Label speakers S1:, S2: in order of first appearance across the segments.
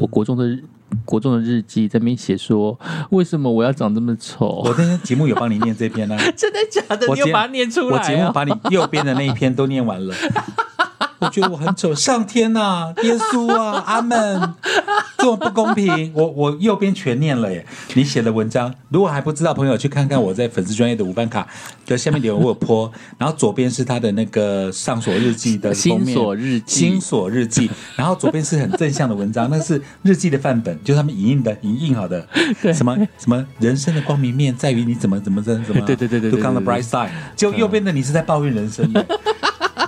S1: 我国中的国中的日记在那边写说，为什么我要长这么丑？
S2: 我那天节目有帮你念这篇呢、
S1: 真的假的？
S2: 我
S1: 你又
S2: 节
S1: 把它念出来、
S2: 我
S1: 啊？
S2: 节目把你右边的那一篇都念完了。 我觉得我很丑，上天呐、耶稣啊， 阿门，这么不公平。我我右边全念了耶。你写的文章，如果还不知道，朋友去看看我在粉丝专业的午饭卡的下面留言，我有泼。然后左边是他的那个上锁日记的封 面，
S1: 新锁日记
S2: 新锁日记。然后左边是很正向的文章，那是日记的范本，就是他们影印的、影印好的。
S1: 对
S2: 什么什么人生的光明面在于你怎么怎么怎么怎 么。
S1: 对对对对对
S2: Look on the
S1: 对对
S2: bright side。就右边的你是在抱怨人 生耶。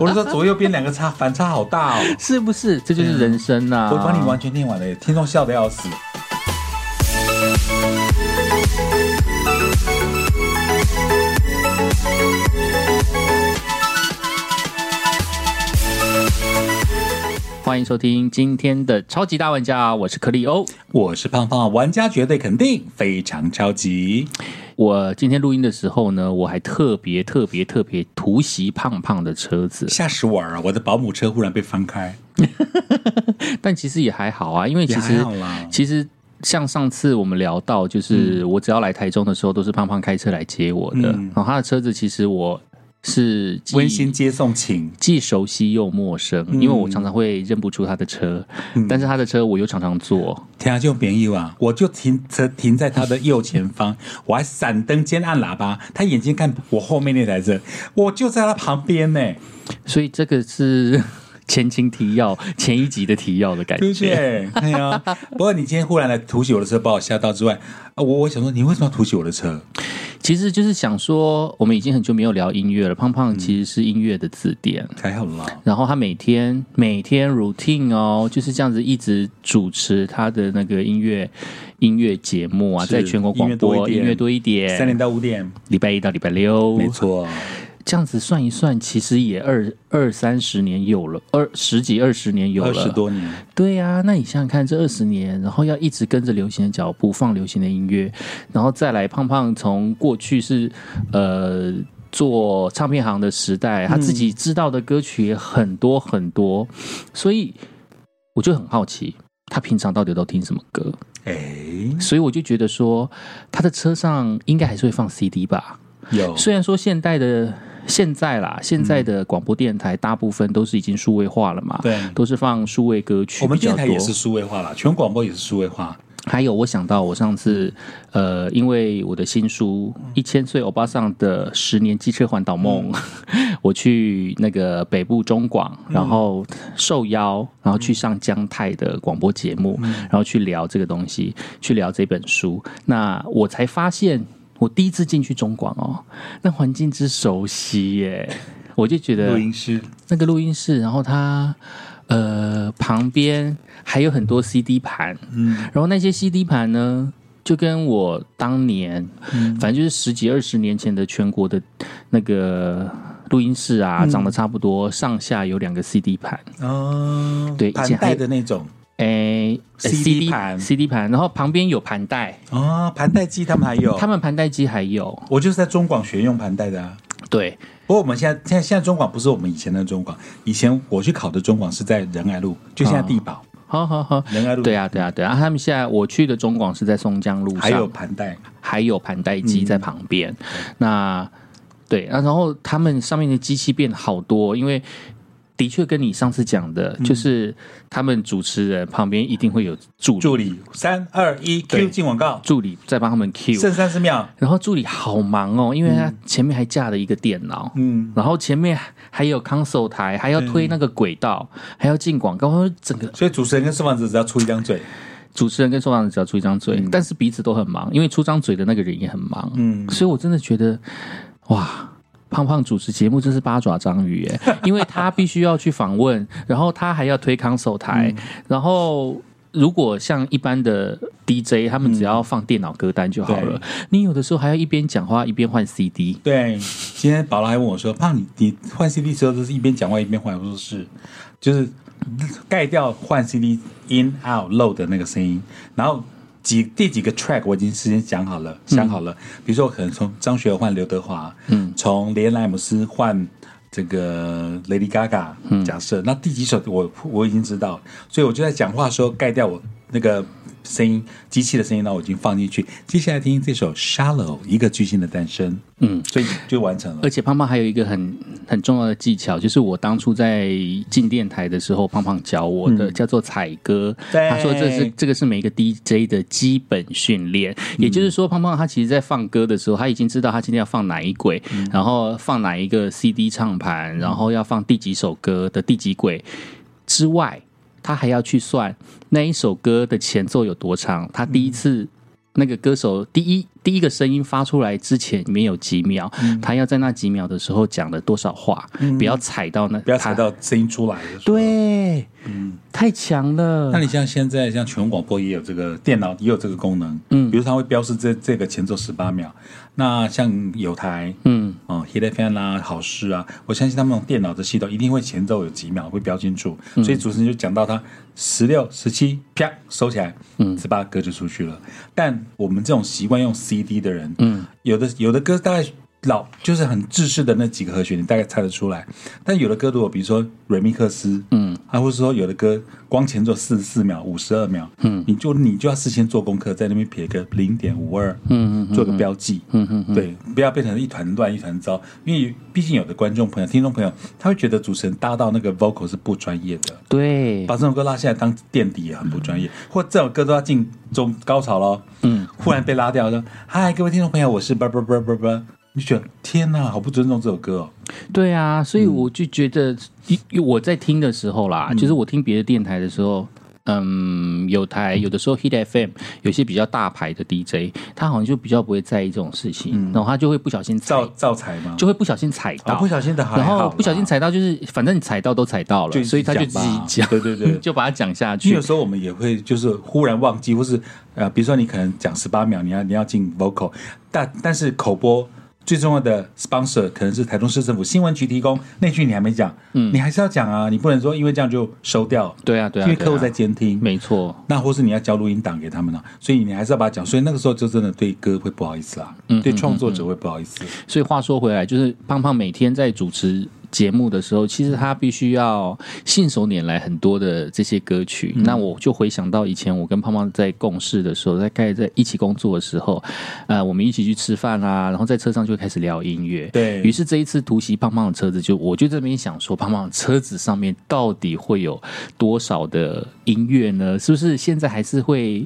S2: 我是说左右边两个差反差好大哦。
S1: 是不是？这就是人生呐、
S2: 我帮你完全念完了耶，听众笑得要死。
S1: 欢迎收听今天的超级大玩家，我是克利欧。
S2: 我是胖胖，玩家绝对肯定非常超级。
S1: 我今天录音的时候呢，我还特别特别特别突袭胖胖的车子，
S2: 吓死我了！我的保姆车忽然被翻开，
S1: 但其实也还好啊，因为
S2: 也
S1: 其
S2: 还
S1: 实
S2: 好啦。
S1: 其实像上次我们聊到，就是我只要来台中的时候，都是胖胖开车来接我的，
S2: 嗯
S1: 然后他的车子其实我是既
S2: 温馨接送请，
S1: 既熟悉又陌生，
S2: 嗯
S1: 因为我常常会认不出他的车，但是他的车我又常常坐。
S2: 天啊，就便宜啊！我就停车停在他的右 前方，我还闪灯兼按喇叭，他眼睛看我后面那台车，我就在他旁边呢、
S1: 所以这个是 前情提要，前一集的提要的感
S2: 对不
S1: 觉。
S2: 对？哎 呀，不过你今天忽然来突袭我的车，把我吓到之外，啊我我想说，你为什么要突袭我的车？
S1: 其实就是想说，我们已经很久没有聊音乐了。胖胖其实是音乐的字典，
S2: 还好啦，
S1: 然后他每天每天 routine 哦，就是这样子一直主持他的那个音乐音乐节目啊，
S2: 是
S1: 在全国广播
S2: 音
S1: 音
S2: 乐
S1: 乐
S2: 多
S1: 多一点，
S2: 三点到五点，
S1: 礼拜一到礼拜六，
S2: 没错，
S1: 这样子算一算，其实也二二三十年有了，二十几二十年有
S2: 二
S1: 了，
S2: 十多年，
S1: 对呀、那你想想看，这二十年，然后要一直跟着流行的脚步，放流行的音乐，然后再来胖胖从过去是呃做唱片行的时代，他自己
S2: 嗯
S1: 知道的歌曲也很多很多，所以我就很好奇。他平常到底都听什么歌？
S2: 哎，
S1: 所以我就觉得说，他的车上应该还是会放 CD 吧。
S2: 有
S1: 虽然说现代的现在啦，现在的广播电台大部分都是已经数位化了嘛，
S2: 对
S1: 都是放数位歌曲
S2: 我们
S1: 比较
S2: 电
S1: 多。
S2: 台也是数位化啦，全广播也是数位化，
S1: 还有，我想到我上次，呃，因为我的新书《一千岁欧巴桑的十年机车环岛梦》 我去那个北部中广，然后受邀，然后去上江泰的广播节目，然后去聊这个东西，去聊这本书。那我才发现，我第一次进去中广哦，那环境之熟悉耶，我就觉得
S2: 录音师
S1: 那个录音室，然后它呃旁边还有很多 CD 盘，嗯，然后那些 CD 盘呢，就跟我当年，
S2: 嗯
S1: 反正就是十几二十年前的全国的那个录音室
S2: 嗯
S1: 啊，长得差不多，上下有两个 CD 盘，
S2: 哦，
S1: 对以
S2: 盘
S1: 前还
S2: 带的那种
S1: 哎、呃
S2: CD 盘
S1: CD 盘，然后旁边有盘带，
S2: 哦，盘带机他们还有
S1: 他，们盘带机还有，
S2: 我就是在中广学用盘带的啊。
S1: 对，
S2: 不过我们现在现在现在中广不是我们以前的中广，以前我去考的中广是在仁爱路，就现在地堡
S1: 好好好。
S2: 仁爱路，
S1: 对啊，对啊，对啊！他们现在我去的中广是在松江路上，
S2: 还有盘带，
S1: 还有盘带机在旁边。那对，那然后他们上面的机器变好多，因为的确跟你上次讲的，就是他们主持人旁边一定会有助理
S2: 助理三二一 Q 进广告，
S1: 助理在帮他们 Q，
S2: 剩三十秒。
S1: 然后助理好忙哦，因为他前面还架了一个电脑。
S2: 嗯，
S1: 然后前面还有 console 台，还要推那个轨道，还要进广告，然后整个
S2: 所以主持人跟受访者只要出一张嘴，
S1: 主持人跟受访者只要出一张嘴，但是彼此都很忙，因为出张嘴的那个人也很忙。
S2: 嗯，
S1: 所以我真的觉得，哇，胖胖主持节目真是八爪章鱼 耶，因为他必须要去访问，然后他还要推康手台，
S2: 嗯
S1: 然后。如果像一般的 DJ，他们只要放电脑歌单就好了。
S2: 嗯
S1: 你有的时候还要一边讲话一边换 CD，
S2: 对。今天宝拉还问我说：“胖，你你换 CD 时候都是一边讲话一边换？”我说：“是，就是盖掉换 CD in out low 的那个声音，然后。”几第几个 track 我已经事先想好了，想好了。比如说，我可能从张学友换刘德华，嗯，从连莱姆斯换这个 Lady Gaga，假设、那第几首我我已经知道，所以我就在讲话的时候盖掉我那个声音机器的声音，那我已经放进去。接下来听这首《Shallow》，一个巨星的诞生，嗯，所以就完成了
S1: 而。且胖胖还有一个很很重要的技巧，就是我当初在进电台的时候，胖胖教我的，叫做采歌。
S2: 嗯对
S1: 他说这是这个是每一个 DJ 的基本训练，
S2: 嗯
S1: 也就是说，胖胖他其实在放歌的时候，他已经知道他今天要放哪一轨，
S2: 嗯
S1: 然后放哪一个 CD 唱盘，然后要放第几首歌的第几轨之外，他还要去算那一首歌的前奏有多长，他第一
S2: 嗯
S1: 次那个歌手第一第一个声音发出来之前没有几秒，他要在那几秒的时候讲了多少话，不要踩到那，
S2: 嗯不要踩
S1: 他。
S2: 到声音出来的时候。
S1: 对，太强了。
S2: 那你像现在像全广播也有这个电脑也有这个功能，嗯，比如它会标示这这个前奏十八秒。那像有台，
S1: 嗯，
S2: 哦，Hit FM 啦、好事啊，我相信他们用电脑的系统一定会前奏有几秒会标清楚，所以主持人就讲到他十六、十七，啪收起来，嗯，十八歌就出去了。但我们这种习惯用 CD 的人，嗯，有的有的歌大概。老就是很制式的那几个和弦，你大概猜得出来。但有的歌，如果比如说瑞米克斯，嗯，还或者说有的歌光前奏四十四秒、五十二秒，嗯，你就你就要事先做功课，在那边撇个零点五二，嗯嗯，做个标记，嗯嗯，对，不要变成一团乱一团糟，因为毕竟有的观众朋友、听众朋友，他会觉得主持人搭到那个 vocal 是不专业的，
S1: 对，
S2: 把这首歌拉下来当垫底也很不
S1: 嗯
S2: 专业，或这首歌都要进中高潮喽，嗯，忽然被拉掉说：“嗨，各位听众朋友，我是叭叭叭叭叭。”你就觉得天哪，好不尊重这首歌哦！
S1: 对啊，所
S2: 嗯
S1: 以我就觉得，因因为我在听的时候啦，就是我听别的电台的时候，嗯，有台有的时候 Hit FM 有些比较大牌的 DJ，他好像就比较不会在意这种事情，然后他就会不小心踩
S2: 嗯造，造财吗？
S1: 就会不小心踩到，
S2: 啊，不小心的还好
S1: 然
S2: 啦，
S1: 后不小心踩到，就是反正你踩到都踩到
S2: 就
S1: 了，
S2: 一直
S1: 所以他就自
S2: 讲吧
S1: 己讲，
S2: 对对对
S1: 就把它讲下
S2: 因为
S1: 去
S2: 有。时候我们也会就是忽然忘记，或是呃，比如说你可能讲十八秒，你要你要进 vocal，但但是口播最重要的 sponsor 可能是台中市政府新闻局提供那句你还没讲，嗯，你还是要讲啊，你不能说因为这样就收掉，
S1: 对啊，对啊，
S2: 因为客户
S1: 对
S2: 在
S1: 啊
S2: 监听，
S1: 没错，
S2: 那或是你要交录音档给他们了、啊所以你还是要把它讲。所以那个时候就真的对歌会不好意思啦，
S1: 嗯
S2: 对创作者会不好意思。
S1: 所以话说回来，就是胖胖每天在主持节目的时候，其实他必须要信手拈来很多的这些歌曲。那我就回想到以前我跟胖胖在共事的时候，大概在一起工作的时候，呃，我们一起去吃饭啦，然后在车上就开始聊音乐。
S2: 对
S1: 于是这一次突袭胖胖的车子就，我就这边想说，胖胖的车子上面到底会有多少的音乐呢？是不是现在还是会？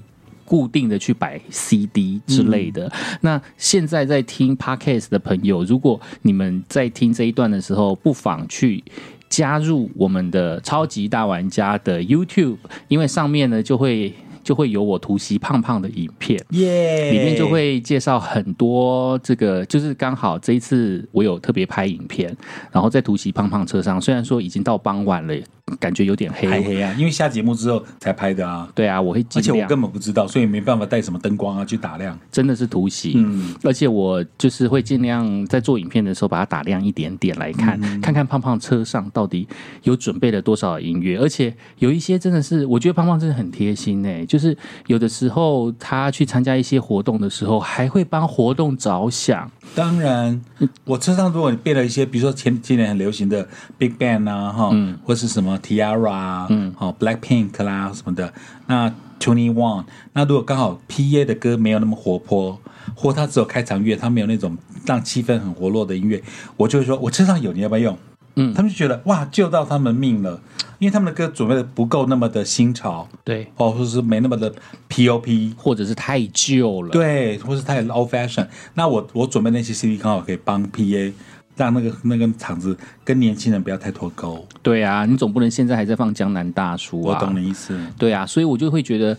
S1: 固定的去摆 CD 之类的。那现在在听 Podcast 的朋友，如果你们在听这一段的时候，不妨去。加入我们的超级大玩家的 YouTube，因为上面呢就会就会有我突袭胖胖的影片，
S2: 耶
S1: 里面就会介绍很多这个，就是刚好这一次我有特别拍影片，然后在突袭胖胖车上，虽然说已经到傍晚了，感觉有点黑，
S2: 还黑啊，因为下节目之后才拍的啊，
S1: 对啊，我会
S2: 而
S1: 尽
S2: 且我
S1: 量，
S2: 根本不知道，所以没办法带什么灯光啊去打亮。
S1: 真的是突袭，
S2: 嗯，
S1: 而且我就是会尽量在做影片的时候把它打亮一点点来看，
S2: 嗯
S1: 看看胖胖车上到底有准备了多少音乐，而且有一些真的是，我觉得胖胖真的很贴心哎、就是有的时候他去参加一些活动的时候，还会帮活动着想，
S2: 当然，我车上如果你备了一些，比如说前今年很流行的 Big Bang 啊，哈，或是什么 Tiara 啊，嗯，哦 Black Pink 啦什么的，那 Twenty One，那如果刚好 P A 的歌没有那么活泼，或它只有开场乐，它没有那种让气氛很活络的音乐，我就会说，我车上有，你要不要用？嗯，他们就觉得哇，救到他们命了，因为他们的歌准备的不够那么的新潮，
S1: 对，
S2: 哦，或者是没那么的 P O P，
S1: 或者是太旧了，
S2: 对，或是
S1: 嗯
S2: 太 old fashion。那我我准备那些 CD 刚好可以帮 PA，让那个那个厂子跟年轻人不要太脱钩。
S1: 对啊，你总不能现在还在放江南大叔
S2: 我
S1: 啊，
S2: 懂你意思。
S1: 对啊，所以我就会觉得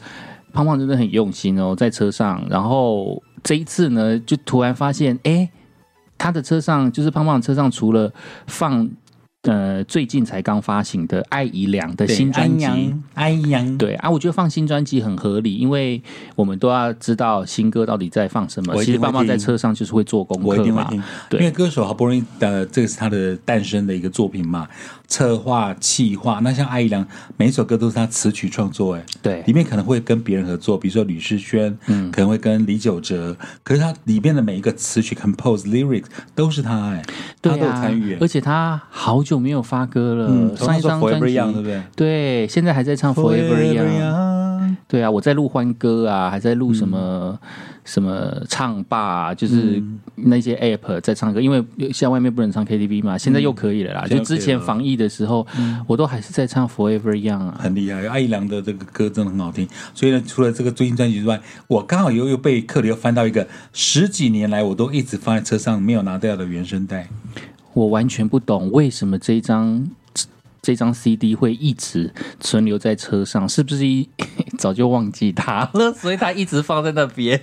S1: 胖胖真的很用心哦，在车上。然后这一次呢，就突然发现，哎，他的车上就是胖胖的车上，除了放呃最近才刚发行的艾怡良的
S2: 对
S1: 新专辑。
S2: 安阳，安阳，
S1: 对啊，我觉得放新专辑很合理，因为我们都要知道新歌到底在放什么。
S2: 我一
S1: 其
S2: 定
S1: 实爸妈
S2: 会听
S1: 在车上就是会做功
S2: 我一
S1: 课
S2: 定会
S1: 嘛
S2: 听，，因
S1: 对
S2: 为歌手好不容易呃，这个是他的诞生的一个作品嘛，策划、企划。那像艾怡良，每一首歌都是他词曲创作，哎，
S1: 对
S2: 里面可能会跟别人合作，比如说吕世轩，嗯，可能会跟李玖哲，可是他里面的每一个词曲、compose、lyrics 都是他，哎，
S1: 对
S2: 他都有
S1: 啊
S2: 参与，哎
S1: 而且他好久没有发歌了，
S2: 嗯从
S1: 上一
S2: 他说
S1: 张专
S2: Forever
S1: 辑
S2: Young，对不对
S1: 对现在还在唱 Forever Young。
S2: Young
S1: 对啊，我在录欢歌啊，还在录什么、
S2: 嗯
S1: 什么唱吧啊、就是那些 app 在唱歌，因为现在外面不能唱 KTV 嘛，现在又可以了啦。
S2: 嗯现在
S1: 就之前防疫的时候，
S2: 嗯
S1: 我都还是在唱 Forever Young 啊。
S2: 很厉害，艾怡良的这个歌真的很好听。所以呢，除了这个最新专辑之外，我刚好又又被客流翻到一个十几年来我都一直放在车上没有拿掉的原声带。
S1: 我完全不懂为什么这一张这这张 CD 会一直存留在车上，是不是一 早就忘记它了，所以它一直放在那边？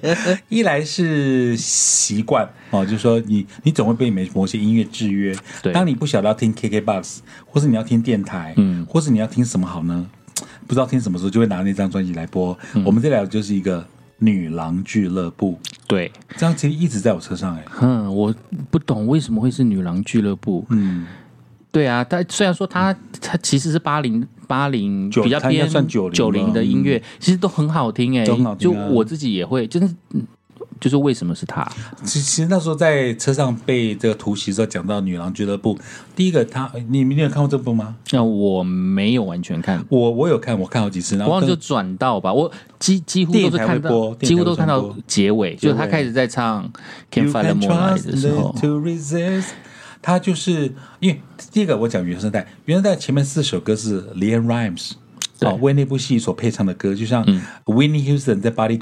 S2: 一来是习惯哦，就是说你你总会被某某些音乐制约。
S1: 对
S2: 当你不晓得要听 KKBox，或是你要听电台，嗯，或是你要听什么好呢？不知道听什么时候就会拿那张专辑来播。我们这聊的就是一个女郎俱乐部，
S1: 对，
S2: 这样其实一直在我车上哎、
S1: 嗯，我不懂为什么会是女郎俱乐部。
S2: 嗯，
S1: 对啊，但虽然说它它其实是八零八零
S2: 九
S1: 比较
S2: 它应该
S1: 偏
S2: 算90
S1: 九零的音乐，其实都很好听哎、
S2: 都很好听
S1: 就
S2: 啊
S1: 我自己也会，就是嗯就是为什么是它？
S2: 其其实那时候在车上被这个突袭的时候讲到女郎俱乐部，第一个他你你有看过这部吗？
S1: 那我没有完全看
S2: 我我有看，我看好几次，然
S1: 我忘
S2: 后
S1: 了就
S2: 哦跟
S1: 转到吧，我几几乎都是看
S2: 电台会
S1: 到，
S2: 播
S1: 几乎都看
S2: 电台会
S1: 到
S2: 转播
S1: 结尾，就
S2: 结尾
S1: 是他开始在唱《Can't
S2: You
S1: Fight the 哦
S2: can
S1: Moonlight》
S2: trust
S1: 的时候
S2: love，to resist，他就是因为第一个我讲原声带，原声带前面四首歌是 Leon Rhymes。
S1: 对嗯
S2: 哦，为那部戏所配唱的歌，就像 Winnie Houston 在《Bodyguard》，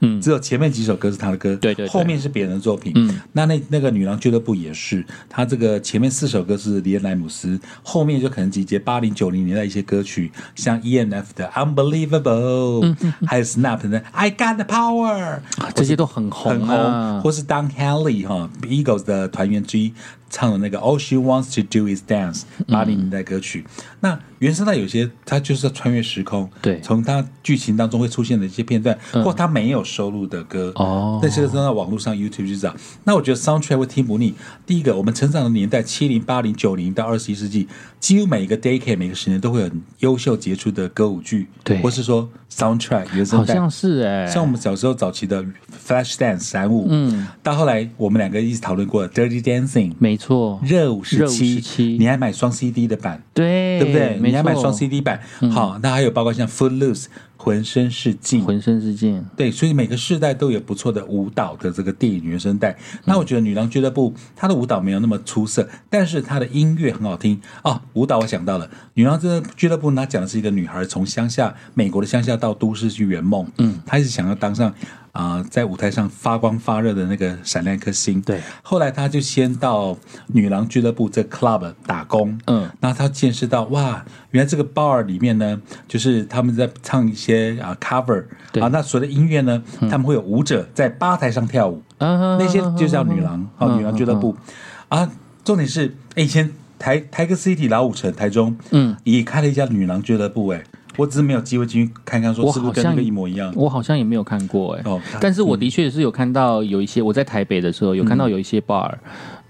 S2: 嗯，只有前面几首歌是他的歌，
S1: 对对对
S2: 后面是别人的作品。嗯，那那那个女郎俱乐部也是，他这个前面四首歌是李恩莱姆斯，后面就可能集结八零九零年代一些歌曲，像 E.N.F 的《Unbelievable》，还有
S1: 嗯
S2: Snap 的《I Got the Power》，
S1: 这些都很
S2: 很
S1: 红
S2: 红，
S1: 啊。
S2: 或是 Don Henley 哈 Eagles 的团员之一唱的那个 All She Wants to Do Is Dance
S1: 嗯
S2: 八零年代歌曲。那原声带有些它就是要穿越时空，
S1: 对嗯
S2: 从它剧情当中会出现的一些片段，或它没有收录的歌，
S1: 哦
S2: 那些都在网络上 YouTube 去找。那我觉得 soundtrack 会听不腻。第一个，我们成长的年代七零、八零、九零到二十一世纪，几乎每一个 decade 每个十年都会有很优秀杰出的歌舞剧，
S1: 对
S2: 或是说 soundtrack 原声
S1: 好
S2: 带。
S1: 像是哎、
S2: 像我们小时候早期的 Flashdance 闪舞，嗯，到后来我们两个一起讨论过 Dirty Dancing
S1: 没错，
S2: 热舞时
S1: 热舞
S2: 期，哎
S1: 时期
S2: 你还买双 CD 的版，
S1: 对
S2: 对不对？
S1: 没
S2: 你还买
S1: 错
S2: 双 CD 版，好，那还有包括像 Footloose 浑身是劲。
S1: 浑身是劲，
S2: 对，所以每个世代都有不错的舞蹈的这个电影原声带。那我觉得《女郎俱乐部》她的舞蹈没有那么出色，但是她的音乐很好听哦。舞蹈我想到了，《女郎俱乐部》呢讲的是一个女孩从乡下美国的乡下到都市去圆梦，嗯，她一直想要当上啊、呃在舞台上发光发热的那个闪亮一颗星。
S1: 对
S2: 后来她就先到女郎俱乐部这 club 打工，
S1: 嗯，
S2: 那她见识到哇，原来这个 bar 里面呢，就是他们在唱一些啊 cover，
S1: 对嗯
S2: 啊，那所谓的音乐呢，他们会有舞者在吧台上跳舞，
S1: 啊
S2: 那些就叫女郎啊、
S1: 嗯
S2: 女郎俱乐部啊。重点是，哎，以前台台个 City 老五城台中，
S1: 嗯，
S2: 也开了一家女郎俱乐部，哎，我只是没有机会进去看看，说
S1: 我
S2: 是不是
S1: 好
S2: 跟那
S1: 像
S2: 个一模一样。
S1: 我好像也没有看过哎、
S2: 哦
S1: 但是我的确是有看到有一些我在台北的时候有看到有一些 bar，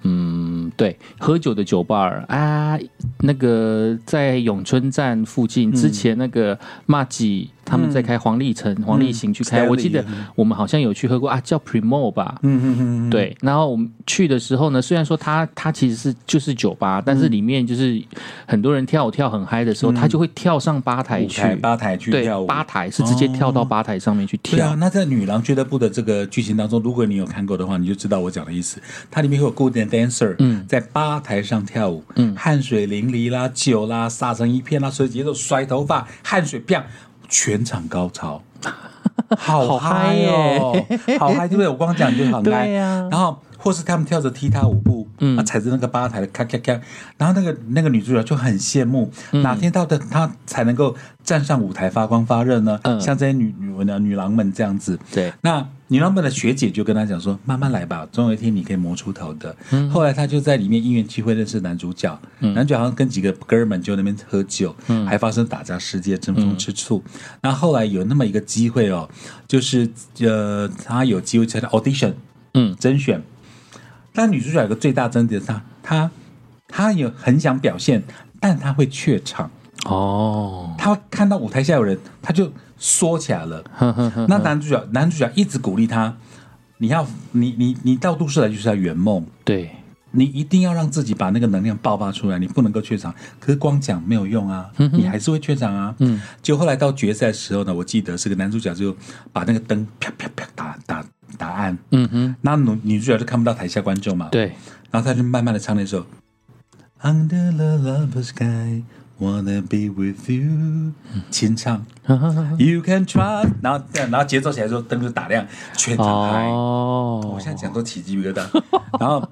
S1: 嗯对，喝酒的酒 bar 啊，那个在永春站附
S2: 嗯
S1: 近之前那个骂吉他们在开黄立成、黄立行去开，
S2: Stanley，
S1: 我记得我们好像有去喝过啊，叫 Primo 吧。
S2: 嗯嗯嗯嗯，
S1: 对，然后我们去的时候呢，虽然说它它其实是就是酒吧，但
S2: 嗯
S1: 是里面就是很多人跳舞跳很嗨的时候，他就会跳上吧台
S2: 舞
S1: 去，
S2: 台吧台去
S1: 对
S2: 跳舞，哦
S1: 吧台是直接跳到吧台上面去
S2: 对
S1: 跳
S2: 啊，。那在女郎俱乐部的这个剧情当中，如果你有看过的话，你就知道我讲的意思。它里面会有固定的 dancer，嗯，在吧台上跳舞，嗯，汗水淋漓啦，酒啦，撒成一片啦，所以节奏甩头发，汗水啪，全场高 潮。好嗨哦，好嗨，对不对？我光讲就很嗨。
S1: 对啊
S2: 然后或是他们跳着踢踏舞步，嗯，啊、踩着那个吧台的咔咔咔，然后那个那个女主角就很羡慕，哪天到的她才能够站上舞台发光发热呢？像这些女女女郎们这样子，
S1: 对，
S2: 那你那边的学姐就跟他讲说，慢慢来吧，总有一天你可以磨出头的。后来他就在里面因缘机会认识男主角，男主角好像跟几个哥们就那边喝酒，还发生打架事件，争风吃醋。那后来有那么一个机会哦，就是呃，他有机会参加 audition，
S1: 嗯
S2: 甄选。但女主角有个最大争点是她，她她有很想表现，但她会怯场。
S1: 哦，
S2: 她看到舞台下有人，她就缩起来了。
S1: 呵呵呵，
S2: 那男主角男主角一直鼓励她，你要你你你到都市来就是要圆梦，
S1: 对，
S2: 你一定要让自己把那个能量爆发出来，你不能够怯场。可是光讲没有用啊，
S1: 嗯
S2: 你还是会怯场啊。嗯，就后来到决赛的时候呢，我记得是个男主角就把那个灯啪啪啪打打打暗，
S1: 嗯哼，
S2: 那女女主角就看不到台下观众嘛。
S1: 对，
S2: 然后他就慢慢的唱那首 Under the Lover Sky。Wanna be with you，清唱
S1: 呵呵呵
S2: ，You can try，然后然后节奏起来之后，灯就打亮，全场嗨。
S1: 哦，
S2: 我现在讲都起鸡皮疙瘩。然后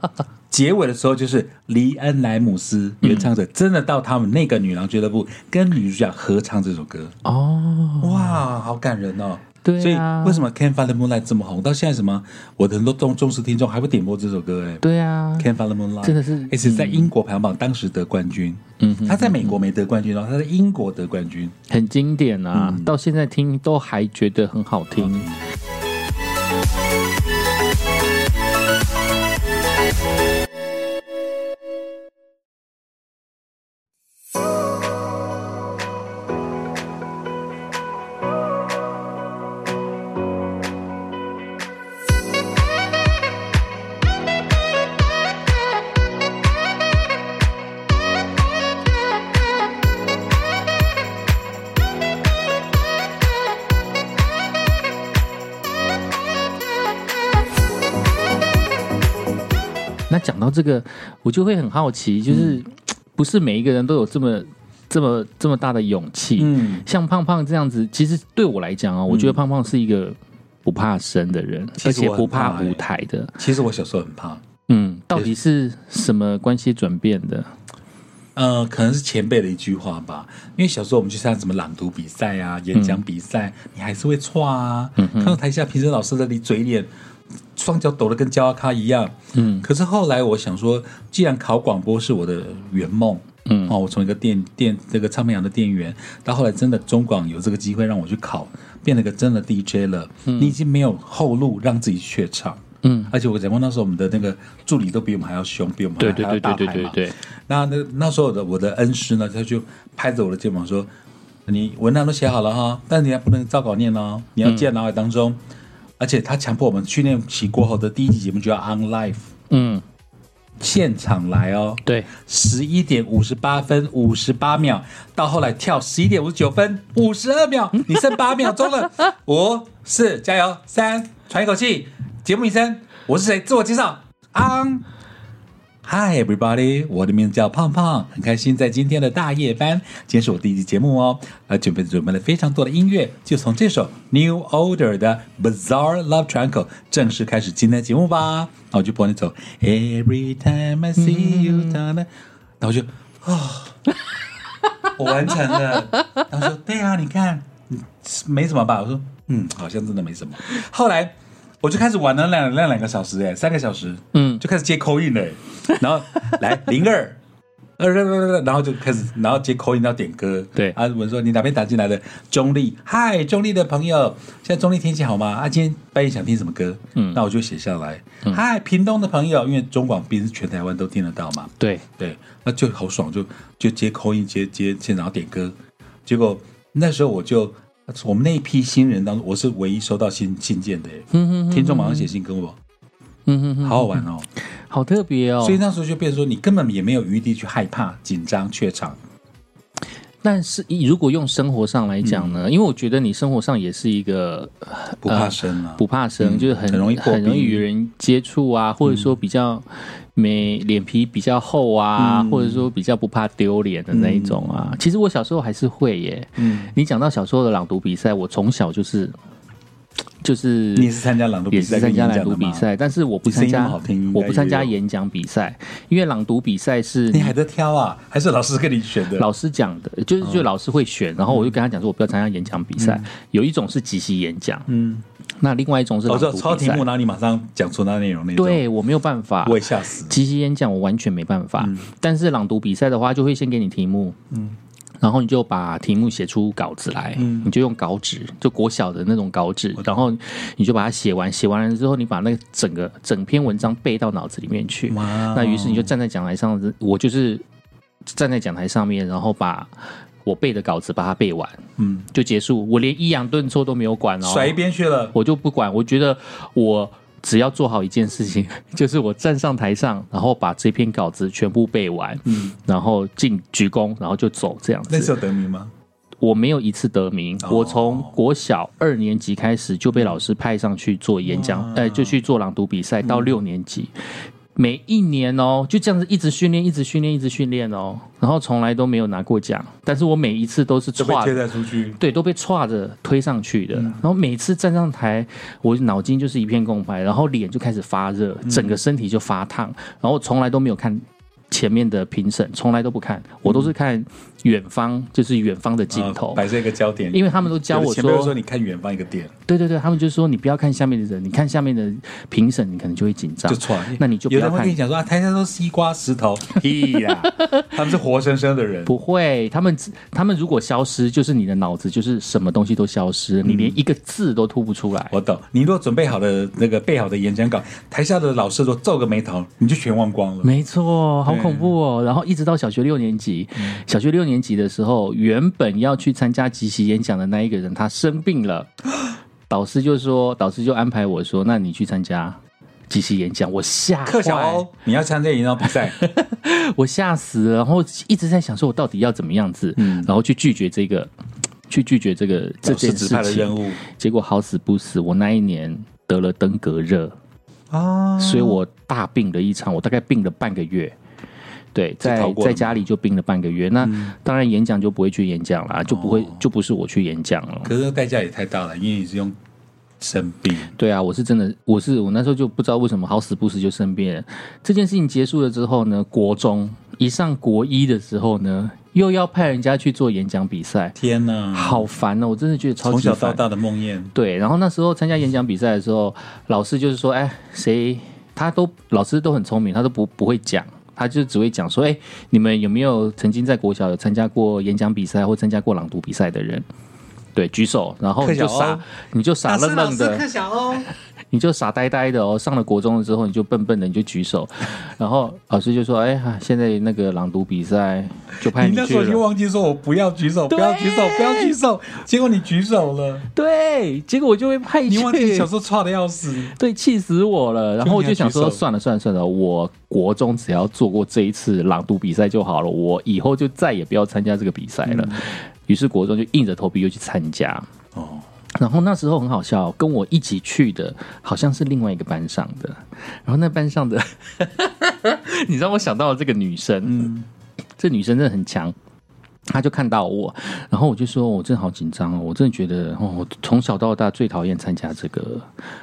S2: 结尾的时候就是黎恩莱姆斯
S1: 嗯
S2: 原唱者真的到他们那个女郎俱乐部跟女主角合唱这首歌，
S1: 哦，
S2: 哇，好感人哦。
S1: 对
S2: 所以
S1: 啊
S2: 为什么《Can't Find the Moonlight》这么红？到现在什么，我的很多忠忠实听众还会点播这首歌哎。
S1: 对啊，
S2: Can't Find the Moonlight
S1: 真的嗯是
S2: 而且在英国排行榜当时得冠军。嗯，他在美国没得冠军哦，他在英国得冠军。
S1: 很经典啊，
S2: 嗯
S1: 到现在听都还觉得很好听。那讲到这个，我就会很好奇，就是、
S2: 嗯
S1: 不是每一个人都有这么这么这么大的勇气？
S2: 嗯，
S1: 像胖胖这样子，其实对我来讲啊、我觉得胖胖是一个不怕生的人，
S2: 其
S1: 而
S2: 实
S1: 且
S2: 我很
S1: 不怕
S2: 怕欸
S1: 舞台的。
S2: 其实我小时候很怕，
S1: 嗯，到底是什么关系转变的？
S2: 呃，可能是前辈的一句话吧，因为小时候我们去参加什么朗读比赛啊、演讲比赛，你还是会错啊。
S1: 嗯
S2: 看到台下评审老师在你嘴脸，双脚抖得跟焦阿咖一样。
S1: 嗯
S2: 可是后来我想说，既然考广播是我的圆梦，
S1: 嗯
S2: 哦，我从一个店店这个唱片行的店员，到后来真的中广有这个机会让我去考，变了个真的 DJ 了。你已经没有后路让自己去唱。
S1: 嗯，
S2: 而且我讲过，那时候我们的那个助理都比我们还要凶，比我们
S1: 对
S2: 还
S1: 对
S2: 还要
S1: 对对
S2: 大
S1: 对
S2: 牌
S1: 对
S2: 嘛
S1: 对，
S2: 那那那时候的我的恩师呢，他就拍着我的肩膀说：“你文案都写好了哈，但你还不能照稿念哦，你要记在脑海当中。而且他强迫我们训练期过后的第一集节目就要 on live
S1: 嗯
S2: 现场来哦，
S1: 对，
S2: 十一点五十八分五十八秒，到后来跳十一点五十九分五十二秒，你剩八秒钟了，五四加油，三喘一口气，节目名称我是谁？自我介绍，on。Hi everybody，我的名字叫胖胖，很开心在今天的大夜班，今天是我第一集节目哦，呃，准备准备了非常多的音乐，就从这首 New Order 的 Bizarre Love Triangle 正式开始今天的节目吧。那我就播那首 Every Time I See You，那我就啊，我完成了。然后说对啊，你看，嗯没什么吧？我说嗯，好像真的没什么。后来我就开始玩了两两两个小时、哎，三个小时，
S1: 嗯
S2: 就开始接口音了、哎然后来零二。呃，然后就开始，然后接口音要点歌。
S1: 对
S2: 啊，我说你哪边打进来的？中立，嗨，中立的朋友，现在中立天气好吗？啊，今天半夜想听什么歌？
S1: 嗯
S2: 那我就写下来。嗨，屏东的朋友，因为中广毕竟是全台湾都听得到嘛。
S1: 对，
S2: 对，那就好爽，就就接口音，接接现场点歌。结果那时候我就，我们那一批新人当中，我是唯一收到信信件的耶，
S1: 嗯嗯
S2: 听众马上写信跟我，
S1: 嗯嗯，
S2: 好好玩哦。
S1: 好特别哦
S2: 所。以那时候就变成说，你根本也没有余地去害怕、紧张、怯场。
S1: 但是以如果用生活上来讲呢，因为我觉得你生活上也是一个
S2: 不怕生啊，
S1: 呃不怕生，
S2: 嗯
S1: 就是很
S2: 很容易破
S1: 很容易
S2: 冰
S1: 与人接触啊，或者说比较没脸皮比较厚啊，
S2: 嗯
S1: 或者说比较不怕丢脸的那一种啊。其实我小时候还是会耶。
S2: 嗯，
S1: 你讲到小时候的朗读比赛，我从小就是就是
S2: 你也是参加朗读比
S1: 也
S2: 赛
S1: 是
S2: 跟
S1: 参加
S2: 演
S1: 朗
S2: 讲
S1: 读
S2: 的
S1: 比
S2: 吗？
S1: 赛，但是我不参
S2: 声音那
S1: 加
S2: 么好听应，该
S1: 我不参加
S2: 也有
S1: 演讲比赛，因为朗读比赛是
S2: 你还哦在挑啊？还是老师跟你选的？
S1: 老师讲的，
S2: 嗯
S1: 就是就老师会选，然后我就跟他讲说，我不要参加演讲比赛。有一种是即席演讲，
S2: 嗯，
S1: 那另外一种是
S2: 我
S1: 朗
S2: 知
S1: 读
S2: 道
S1: 比
S2: 抄题
S1: 赛
S2: 目，然后你马上讲出那内容那种，
S1: 对啊我没有办法，
S2: 我也吓死。
S1: 即席演讲我完全没办法，
S2: 嗯
S1: 但是朗读比赛的话，就会先给你题目，然后你就把题目写出稿子来，
S2: 嗯
S1: 你就用稿纸，就国小的那种稿纸，然后你就把它写完，写完了之后，你把那个整个整篇文章背到脑子里面去。
S2: 哇
S1: 那于是你就站在讲台上，我就是站在讲台上面，然后把我背的稿子把它背完，
S2: 嗯，
S1: 就结束。我连抑扬顿挫都没有管哦，
S2: 甩一边去了，
S1: 我就不管，我觉得我只要做好一件事情， 就是我站上台上，然后把这篇稿子全部背完，
S2: 嗯，
S1: 然后进鞠躬，然后就走这样
S2: 那时
S1: 子。
S2: 候得名吗？
S1: 我没有一次得名，
S2: 哦
S1: 我从国小二年级开始就被老师派上去做演讲
S2: 哇，嗯
S1: 呃，就去做朗读比赛，到六年级。每一年哦，就这样子一直训练，一直训练，一直训练哦，然后从来都没有拿过奖，但是我每一次都是
S2: 就被
S1: 跨
S2: 贴在出去，
S1: 对，都被歘着推上去
S2: 嗯
S1: 的。然后每次站上台，我脑筋就是一片空白，然后脸就开始发热，
S2: 嗯
S1: 整个身体就发烫。然后从来都没有看前面的评审，从来都不看，我都是看远方，就是远方的镜
S2: 啊
S1: 头。
S2: 摆这个焦点。
S1: 因为他们都教
S2: 有
S1: 我
S2: 的前辈会
S1: 说
S2: 说，你看远方一个点，
S1: 对对对，他们就说你不要看下面的人，你看下面的评审，你可能就会紧张
S2: 就。传。
S1: 啊那你就不
S2: 有
S1: 要
S2: 人会
S1: 看
S2: 跟你讲说啊，台下都是西瓜、石头，屁呀，他们是活生生的人。
S1: 不会，他们他们如果消失，就是你的脑子就是什么东西都消失了，你
S2: 嗯
S1: 连一个字都吐不出来。
S2: 我懂，你如果准备好的那个备好的演讲稿，台下的老师都皱个眉头，你就全忘光了。
S1: 没错，好恐怖哦！然后一直到小学六年级，
S2: 嗯
S1: 小学六年级的时候，原本要去参加即席演讲的那一个人，他生病 了，导师就说，导师就安排我说，那你去参加即席演讲。我吓
S2: 克小
S1: 坏，
S2: 欧，你要参加演讲比赛，
S1: 我吓死了，然后一直在想说，我到底要怎么样子，
S2: 嗯
S1: 然后去拒绝这个，去拒绝这个 这
S2: 老师
S1: 件
S2: 指
S1: 事
S2: 派的任
S1: 情。
S2: 务
S1: 结果好死不死，我那一年得了登革热，
S2: 啊，
S1: 所以我大病了一场，我大概病了半个月。对，在
S2: 逃过了吗嗯
S1: 在家里就病了半个月。那、当然演讲就不会去演讲啦，就不
S2: 哦
S1: 会、就不是我去演讲了。
S2: 可是代价也太大了，因为你是用生病，
S1: 对啊，我是真的，我是我那时候就不知道为什么好死不死就生病了。这件事情结束了之后呢，国中一上国一的时候呢，又要派人家去做演讲比赛，
S2: 天哪！
S1: 好烦哦！我真的觉得超
S2: 从
S1: 级
S2: 小到
S1: 烦。
S2: 大的梦魇，
S1: 对，然后那时候参加演讲比赛的时候，老师就是说，哎，谁他都老师都很聪明，他都不不会讲，他就只会讲说，哎，你们有没有曾经在国小有参加过演讲比赛或参加过朗读比赛的人？对，举手，然后
S2: 柯
S1: 你就
S2: 小欧
S1: 傻，你就傻愣愣的，
S2: 小欧，
S1: 你就傻呆呆的哦。上了国中了之后，你就笨笨的，你就举手，然后老师就说：“哎呀，现在那个朗读比赛就派
S2: 你那时
S1: 去
S2: 候就
S1: 了。
S2: 忘记说我不要举手，不要举手，不要举手，结果你举手了，”
S1: 对，结果我就被派去。
S2: 你忘记小时候差的要死，
S1: 对，气死我了。然后我就想
S2: 就
S1: 说，
S2: 你要举手
S1: 算了算了算了，我国中只要做过这一次朗读比赛就好了，我以后就再也不要参加这个比赛了。于是国中就硬着头皮又去参加。
S2: 哦，
S1: 然后那时候很好笑，跟我一起去的好像是另外一个班上的，然后那班上的， 你让我想到了这个女生，
S2: 嗯，
S1: 这女生真的很强。她就看到我，然后我就说：“我真的好紧张哦，我真的觉得哦，我从小到大最讨厌参加这个。”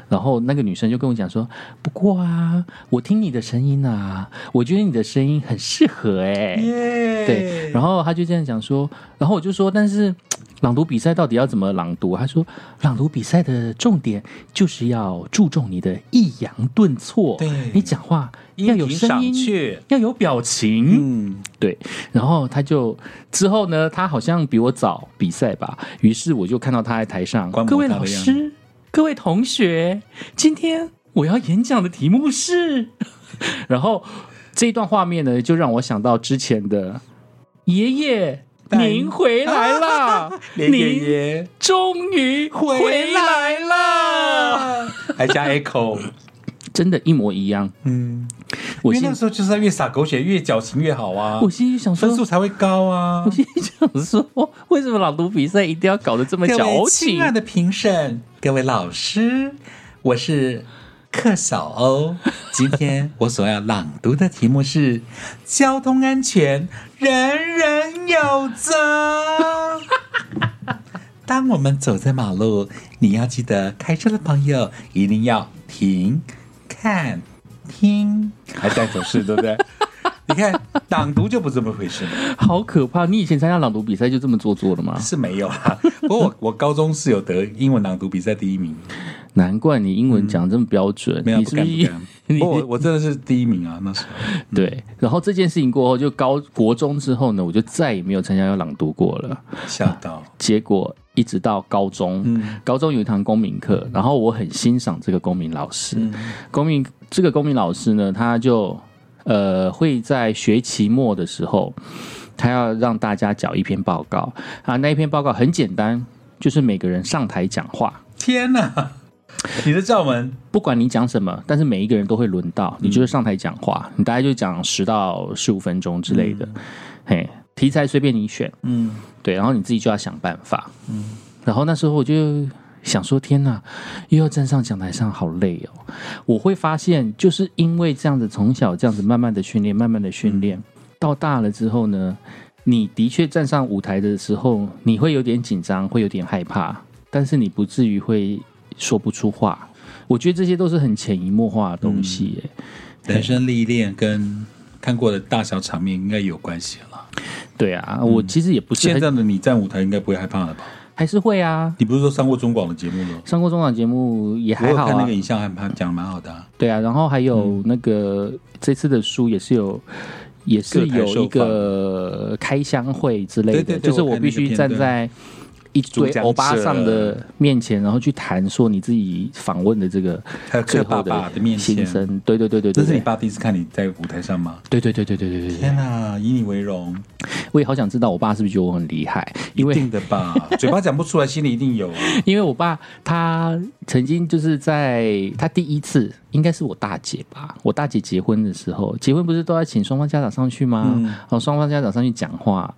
S1: 然后那个女生就跟我讲说：“不过啊，我听你的声音啊，我觉得你的声音很适合哎、
S2: 耶，
S1: 对，然后他就这样讲说，然后我就说，但是朗读比赛到底要怎么朗读？他说，朗读比赛的重点就是要注重你的抑扬顿挫，
S2: 对
S1: 你讲话要有
S2: 音
S1: 声
S2: 赏
S1: 音，
S2: 去，
S1: 要有表情。
S2: 嗯，
S1: 对，然后他就之后呢，他好像比我早比赛吧，于是我就看到他在台上，
S2: 观摩
S1: 各位
S2: 他的
S1: 老
S2: 样
S1: 师，各位同学，今天我要演讲的题目是， 然后这一段画面呢，就让我想到之前的爷爷。
S2: 带
S1: 您回来啦！
S2: 连 爷
S1: 您
S2: 爷
S1: 终于回来啦！
S2: 啊，还加 echo，
S1: 真的，一模一样。
S2: 嗯，因
S1: 我
S2: 为
S1: 心
S2: 那，时候就是要越撒狗血，越矫情越好啊
S1: 我，心里想说
S2: 分，数才会高啊
S1: 我。心里想说，为什么朗读比赛一定要搞得这么
S2: 各
S1: 矫
S2: 位
S1: 情啊
S2: 亲？爱的评审，各位老师，我是克小欧。 今天我所要朗读的题目是《交通安全人人有责》。 当我们走在马路，你要记得开车的朋友 一定要停、看、听，还带手势，对不对？你看朗读就不这么回事嘛，
S1: 好可怕！你以前参加朗读比赛就这么做作了吗？
S2: 是没有啦。不过我我高中是有得英文朗读比赛第一名，
S1: 难怪你英文讲得这么标准，
S2: 没有
S1: 你
S2: 不
S1: 是不
S2: 敢不
S1: 是
S2: 敢？。
S1: 你
S2: 不过我我真的是第一名啊，那时候。
S1: 对，然后这件事情过后，就高国中之后呢，我就再也没有参加要朗读过了。
S2: 吓 到，
S1: 结果一直到高中，
S2: 嗯
S1: 高中有一堂公民课，然后我很欣赏这个公民老师。
S2: 嗯
S1: 公民这个公民老师呢，他就呃会在学期末的时候，他要让大家缴一篇报告啊，那一篇报告很简单，就是每个人上台讲话。
S2: 天哪！你的照门
S1: 不管你讲什么，但是每一个人都会轮到，你就是上台讲话，你大概就讲十到十五分钟之类的，嘿，题材随便你选，
S2: 嗯，
S1: 对，然后你自己就要想办法，嗯，然后那时候我就想说，天哪，又要站上讲台上，好累哦。我会发现，就是因为这样子，从小这样子慢慢的训练，慢慢的训练，
S2: 嗯
S1: 到大了之后呢，你的确站上舞台的时候，你会有点紧张，会有点害怕，但是你不至于会说不出话。我觉得这些都是很潜移默化的东西
S2: 嗯
S1: 耶、
S2: 人生历练跟看过的大小场面应该有关系了。
S1: 对啊，我其实也不是
S2: 嗯现
S1: 很，
S2: 在的你站舞台应该不会害怕了吧？
S1: 还是会啊。
S2: 你不是说上过中广的节目吗？
S1: 上过中场节目也
S2: 我
S1: 还
S2: 有
S1: 好
S2: 看那
S1: 啊
S2: 个，影像，还蛮讲得蛮好的啊、
S1: 对啊，然后还有
S2: 嗯
S1: 那个、这次的书也是有，也是有一个开箱会之类的，
S2: 对对对
S1: 就是
S2: 我
S1: 我
S2: 看
S1: 必须站在一堆
S2: 主讲者
S1: 欧巴桑的面前，然后去谈说你自己访问的这个
S2: 还有
S1: 最
S2: 柯
S1: 后
S2: 爸爸的面
S1: 心
S2: 前，
S1: 声。对对对对
S2: 这
S1: 对
S2: 是你
S1: 对，
S2: 爸第一次看你在舞台上吗？
S1: 对对对对对对对对，
S2: 天哪，以你为荣，
S1: 我也好想知道我爸是不是觉得我很厉害，因
S2: 一
S1: 为
S2: 定的 吧？嘴巴讲不出来，心里一定有 啊。
S1: 因为我爸他曾经就是在他第一次，应该是我大姐吧，我大姐结婚的时候，结婚不是都要请双方家长上去吗？
S2: 嗯
S1: 然后双方家长上去讲话，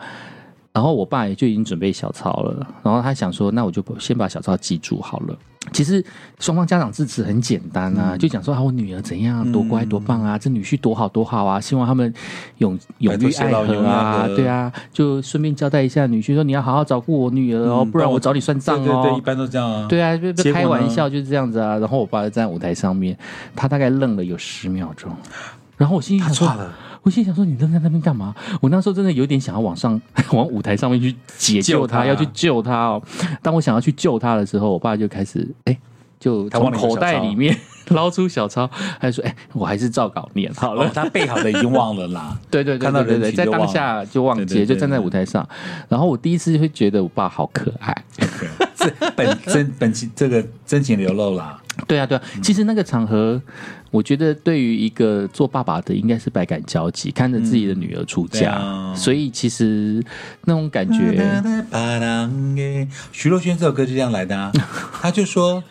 S1: 然后我爸也就已经准备小抄了，然后他想说，那我就先把小抄记住好了。其实双方家长致辞很简单啊，
S2: 嗯
S1: 就讲说啊，我女儿怎样多乖多棒啊，这女婿多好多好啊，希望他们永永浴爱
S2: 白头偕
S1: 河
S2: 老
S1: 啊
S2: 永，远
S1: 对啊，就顺便交代一下女婿说你要好好照顾我女儿哦，
S2: 嗯
S1: 不然我找你算账哦。
S2: 对对对，一般都这样啊。
S1: 对啊，就
S2: 结
S1: 就
S2: 果
S1: 开
S2: 呢
S1: 玩笑就是这样子啊。然后我爸就站在舞台上面，他大概愣了有十秒钟，然后我心里
S2: 他
S1: 想
S2: 错
S1: 说，
S2: 了，
S1: 我心里想说你愣在那边干嘛？我那时候真的有点想要往上 往舞台上面去解救他，
S2: 救他
S1: 要去救他哦。当我想要去救他的时候，我爸就开始哎。就
S2: 他
S1: 从
S2: 忘了有
S1: 口
S2: 小
S1: 袋
S2: 抄
S1: 里面 捞出小抄，他就说：“哎、我还是照稿念好了。
S2: 哦，他背好的已经忘了啦。
S1: 对对对
S2: 看到
S1: 对对
S2: 人
S1: 对，
S2: 体
S1: 在
S2: 就忘
S1: 当
S2: 了
S1: 下就忘
S2: 对
S1: 记了，
S2: 对
S1: 就
S2: 对
S1: 站在
S2: 对
S1: 舞台上。然后我第一次会觉得我爸好可爱，
S2: 这本真本期这个真情流露啦，
S1: 对啊，对啊，
S2: 嗯
S1: 其实那个场合，我觉得对于一个做爸爸的，应该是百感交集，看着自己的女儿出
S2: 对
S1: 嫁，
S2: 啊
S1: 所以其实那种感觉，
S2: 徐若瑄这首歌就这样 来的啊，他就说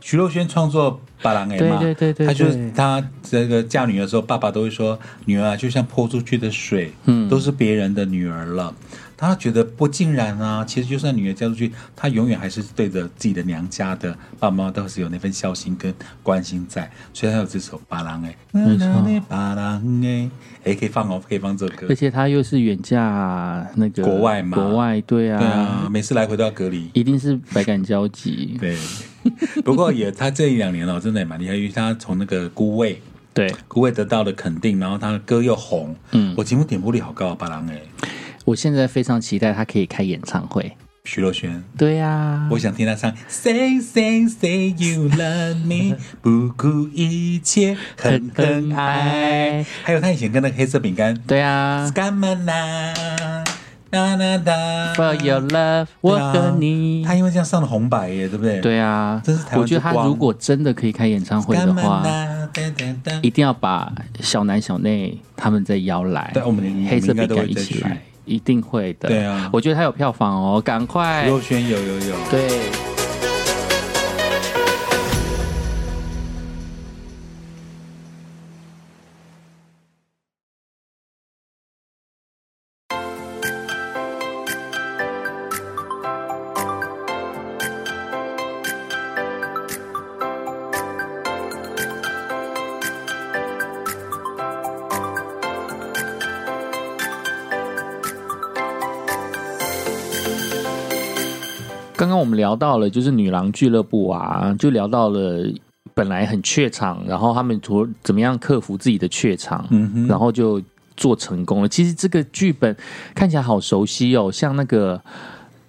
S2: 徐若瑄创作《巴郎哎》嘛，
S1: 对对对对
S2: 他就是
S1: 对
S2: 他这个嫁女儿的时候，爸爸都会说女儿啊，就像泼出去的水，嗯，都是别人的女儿了。他觉得不尽然啊，其实就算女儿嫁出去，她永远还是对着自己的娘家的爸爸妈妈都是有那份孝心跟关心在，所以他有这首《巴郎哎》，
S1: 没错
S2: 巴郎哎，哎，可以放哦，可以放这首歌
S1: 而。且她又是远嫁那个
S2: 国外嘛
S1: 国外对啊，
S2: 对啊，每次来回都要隔离。
S1: 一定是百感交集，
S2: 对，不过也他这一两年哦，真的也蛮厉害，因为他从那个孤味，
S1: 对。
S2: 孤味得到了肯定，然后他的歌又红，嗯，我节目点播率好高啊，巴郎哎，
S1: 我现在非常期待她可以开演唱会，
S2: 徐若瑄。
S1: 对啊，
S2: 我想听他唱 Say Say Say You Love Me，不顾一切，狠狠爱。还有他以前跟那个黑色饼干
S1: 对啊
S2: s c a m a n a 哒哒哒
S1: ，For Your Love，我
S2: 啊
S1: 和你，
S2: 他因为这样上了红白耶，对不对？
S1: 对啊
S2: 真是台，湾
S1: 我觉得她
S2: 之光啊
S1: 如果真的可以开演唱会的话，
S2: Scamanna，哒哒哒
S1: 一定要把小南、小内他们再邀来，
S2: 对我们
S1: 黑色
S2: 我们
S1: 饼
S2: 应该都会
S1: 干一
S2: 再
S1: 起
S2: 去
S1: 来，一定会的。
S2: 对啊
S1: 我觉得他有票房哦，赶快
S2: 徐。若瑄有有有。
S1: 对，刚刚我们聊到了，就是女郎俱乐部啊，就聊到了本来很怯场，然后他们怎怎么样克服自己的怯场，
S2: 嗯哼
S1: 然后就做成功了。其实这个剧本看起来好熟悉哦，像那个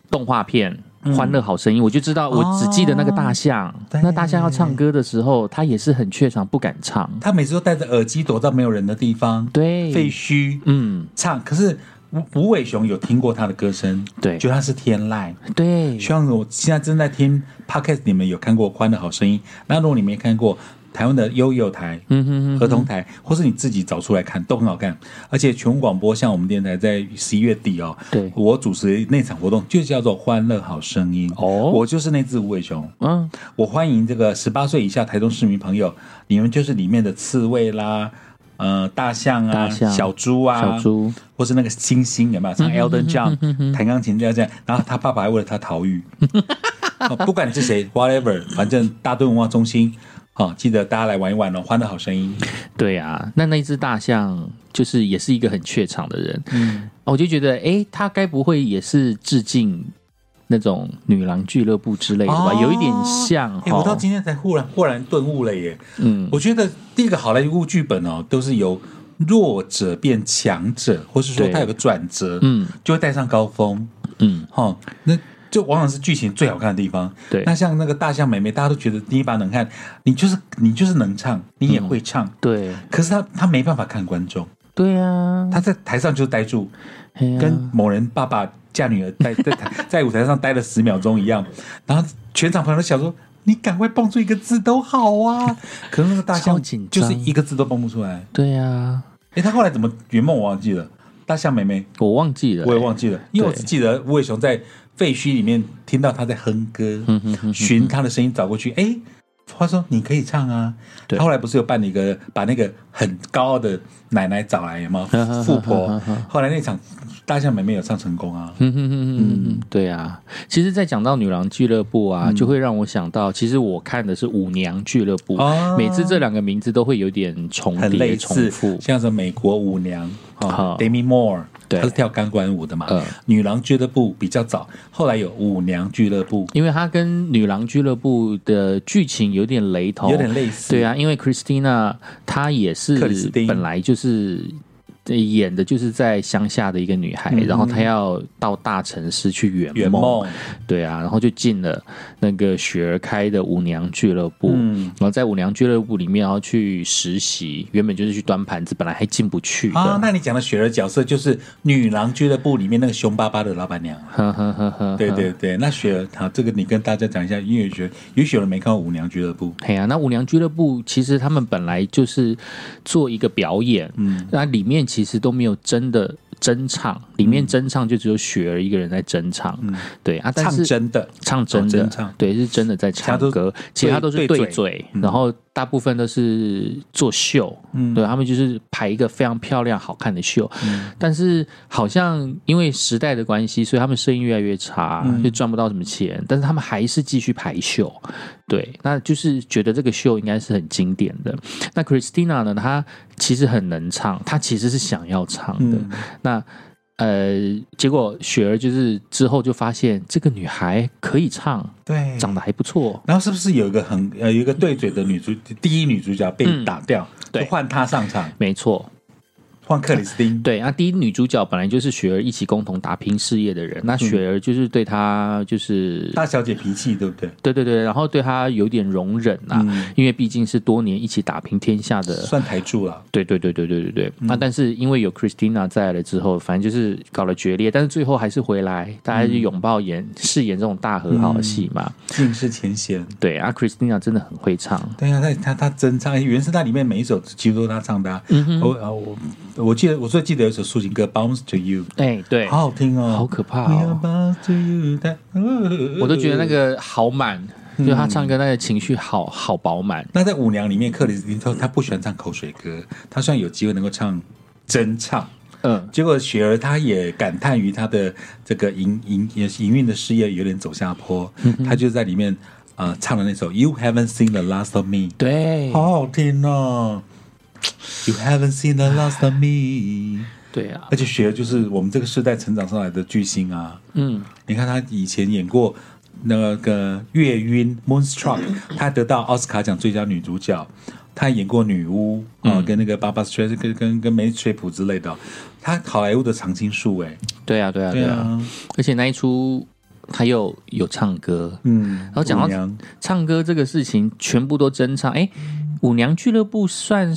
S1: 动画片。《欢乐好声音》，我就知道，我只记得那个大象。
S2: 哦对
S1: 那大象要唱歌的时候，他也是很怯场，不敢唱。
S2: 他每次都戴着耳机躲到没有人的地方，
S1: 对，
S2: 废墟
S1: 嗯，
S2: 唱。可是吴吴伟雄有听过他的歌声，
S1: 对
S2: 觉得他是天籁。
S1: 对，
S2: 希望我现在正在听 podcast，你们有看过《欢乐好声音》？那如果你没看过，台湾的悠悠台、
S1: 嗯哼哼，
S2: 儿童台，或是你自己找出来看，都很好看。而且全国广播像我们电台在十一月底哦，
S1: 对
S2: 我主持那场活动就叫做《欢乐好声音》
S1: 哦
S2: 我就是那只无尾熊。
S1: 嗯，
S2: 我欢迎这个十八岁以下台中市民朋友，你们就是里面的刺猬啦，呃，大象啊，
S1: 大象
S2: 小猪啊，
S1: 小猪，
S2: 或是那个星星有没有？像 Elton John 弹钢琴这样这样，然后他爸爸还为了他逃狱。哦 不管你是谁，whatever，反正大墩文化中心，哦，记得大家来玩一玩哦，欢乐好声音。
S1: 对啊，那那只大象就是也是一个很怯场的人，
S2: 嗯，
S1: 我就觉得，诶，他该不会也是致敬那种女郎俱乐部之类的吧？
S2: 哦
S1: 有一点像
S2: 哎、我到
S1: 哦，
S2: 今天才忽然豁然顿悟了耶！
S1: 嗯，
S2: 我觉得第一个好莱坞剧本哦，都是由弱者变强者，或是说
S1: 对
S2: 他有个转折，
S1: 嗯
S2: 就会带上高峰。
S1: 嗯，
S2: 哦，那就往往是剧情最好看的地方。
S1: 对
S2: 那像那个大象妹妹，大家都觉得第一把能看，你就是你就是能唱，你也
S1: 嗯
S2: 会唱，
S1: 对
S2: 可是她她没办法看观众，
S1: 对啊，
S2: 她在台上就呆住，
S1: 嘿啊
S2: 跟某人爸爸嫁女儿呆在台在舞台上待了十秒钟一样，然后全场朋友都想说。你赶快蹦出一个字都好啊！可是那个大
S1: 超
S2: 象
S1: 紧张
S2: 就是一个字都蹦不出来。
S1: 对啊，
S2: 哎，他后来怎么圆梦我忘记了。大象妹妹
S1: 我忘记了、
S2: 我也忘记了，因为我
S1: 对
S2: 只记得吴伟雄在废墟里面听到他在哼歌，
S1: 嗯
S2: 寻他的声音找过去，哎，他说你可以唱啊。
S1: 对？
S2: 他后来不是有办了一个，把那个很高傲的奶奶找来有吗 富婆。后来那场大象妹妹有唱成功啊，
S1: 嗯哼哼哼哼哼，对啊，其实，在讲到女郎俱乐部
S2: 嗯
S1: 啊，就会让我想到，其实我看的是舞娘俱乐部，
S2: 哦
S1: 每次这两个名字都会有点重
S2: 很
S1: 叠、
S2: 类
S1: 重
S2: 似
S1: 复，。
S2: 像是美国舞娘
S1: 好
S2: 啊，Demi Moore，
S1: 对
S2: 她是跳钢管舞的嘛
S1: 嗯。
S2: 女郎俱乐部比较早，后来有舞娘俱乐部，
S1: 因为它跟女郎俱乐部的剧情有点雷同，
S2: 有点类似。
S1: 对啊，因为 Christina 她也
S2: 克里斯
S1: 是
S2: 汀
S1: 本来就是呃演的就是在乡下的一个女孩，然后她要到大城市去圆
S2: 嗯圆梦，
S1: 对啊，然后就进了那个雪儿开的舞娘俱乐部。
S2: 嗯
S1: 然后在舞娘俱乐部里面，然后去实习，原本就是去端盘子，本来还进不去的。
S2: 啊，那你讲的雪儿角色就是女郎俱乐部里面那个凶巴巴的老板娘啊。
S1: 呵呵呵呵，
S2: 对对对，那雪儿，好，这个你跟大家讲一下，因为雪也许有人没看过舞娘俱乐部，
S1: 嘿呀、啊那舞娘俱乐部其实他们本来就是做一个表演，嗯，那里面其实都没有真的真唱，里
S2: 嗯
S1: 面真唱就只有雪儿一个人在真唱，对啊，但
S2: 唱
S1: 是
S2: 真的，
S1: 唱真
S2: 哦
S1: 的，
S2: 真唱
S1: 对，是真的在唱歌，其
S2: 其
S1: 他
S2: 他
S1: 都是
S2: 都对嗯
S1: 对
S2: 对
S1: 嘴，然后大部分都是做秀，嗯，对他们就是排一个非常漂亮好看的秀，但是好像因为时代的关系，所以他们生意越来越差，就赚不到什么钱，但是他们还是继续排秀，对，那就是觉得这个秀应该是很经典的。那 Christina 呢，她其实很能唱，她其实是想要唱的，
S2: 嗯
S1: 那呃，结果雪儿就是之后就发现这个女孩可以唱，
S2: 对
S1: 长得还不错。
S2: 然后是不是有一个很呃有一个对嘴的女主第一女主角被打掉，
S1: 嗯对
S2: 就换她上场，
S1: 没错，
S2: 换克里斯汀，
S1: 对，啊那第一女主角本来就是雪儿一起共同打拼事业的人，那雪儿就是对嗯她就是，
S2: 大小姐脾气对不对？
S1: 对对对，然后对她有点容忍啊，
S2: 嗯
S1: 因为毕竟是多年一起打拼天下的
S2: 算台柱了，
S1: 对对对对对对对。那、但是因为有 Christina 在了之后，反正就是搞了决裂，但是最后还是回来，大家就拥抱演、饰演这种大和好的戏嘛。
S2: 尽是前嫌。
S1: 对啊，Christina 真的很会唱，
S2: 对啊，她她她真唱，原声带里面每一首几乎都是她唱的、啊。
S1: 嗯
S2: 我啊我我记得我最记得有一首抒情歌《Bounce to You》，
S1: 哎、对，
S2: 好好听哦，
S1: 好可怕
S2: We are
S1: 哦！
S2: bound to you, that- 呃
S1: 我都觉得那个好满，就他唱歌那个情绪好好饱满。
S2: 那在舞娘里面，克里斯汀说他不喜欢唱口水歌，他虽然有机会能够唱真唱，
S1: 嗯，
S2: 结果雪儿她也感叹于她的这个营营也是营运的事业有点走下坡，
S1: 嗯
S2: 她就在里面呃唱了那首《You Haven't Seen the Last of Me》，
S1: 对
S2: 好好听哦。You haven't seen the last of me，
S1: 对啊，
S2: 而且雪儿就是我们这个世代成长上来的巨星啊。
S1: 嗯，
S2: 你看他以前演过那个《月晕》（Moonstruck），他得到奥斯卡奖最佳女主角。他演过女巫
S1: 嗯
S2: 啊、跟那个巴巴斯崔跟跟跟梅水普之类的，他好莱坞的常青树哎，
S1: 对啊，对啊，对啊。
S2: 啊，
S1: 而且那一出他又有唱歌，
S2: 嗯，然
S1: 后讲到唱歌这个事情全部都真唱。哎，舞娘俱乐部算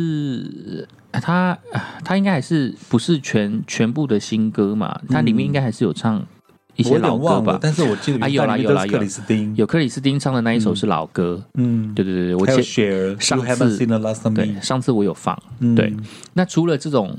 S1: 是呃他呃他应该还是不是全全部的新歌嘛？它里面应该还是有唱一些老歌吧？
S2: 但是我记得
S1: 啊有啦
S2: 原版
S1: 有啦
S2: 里面都是
S1: 有
S2: 克里斯汀，
S1: 有克里斯汀唱的那一首是老歌，
S2: 嗯，
S1: 对对对对，我
S2: 还有
S1: 记
S2: 雪儿
S1: 上
S2: You haven't
S1: 次
S2: seen the last of
S1: 对
S2: me，
S1: 上次我有放。
S2: 嗯
S1: 对那除了这种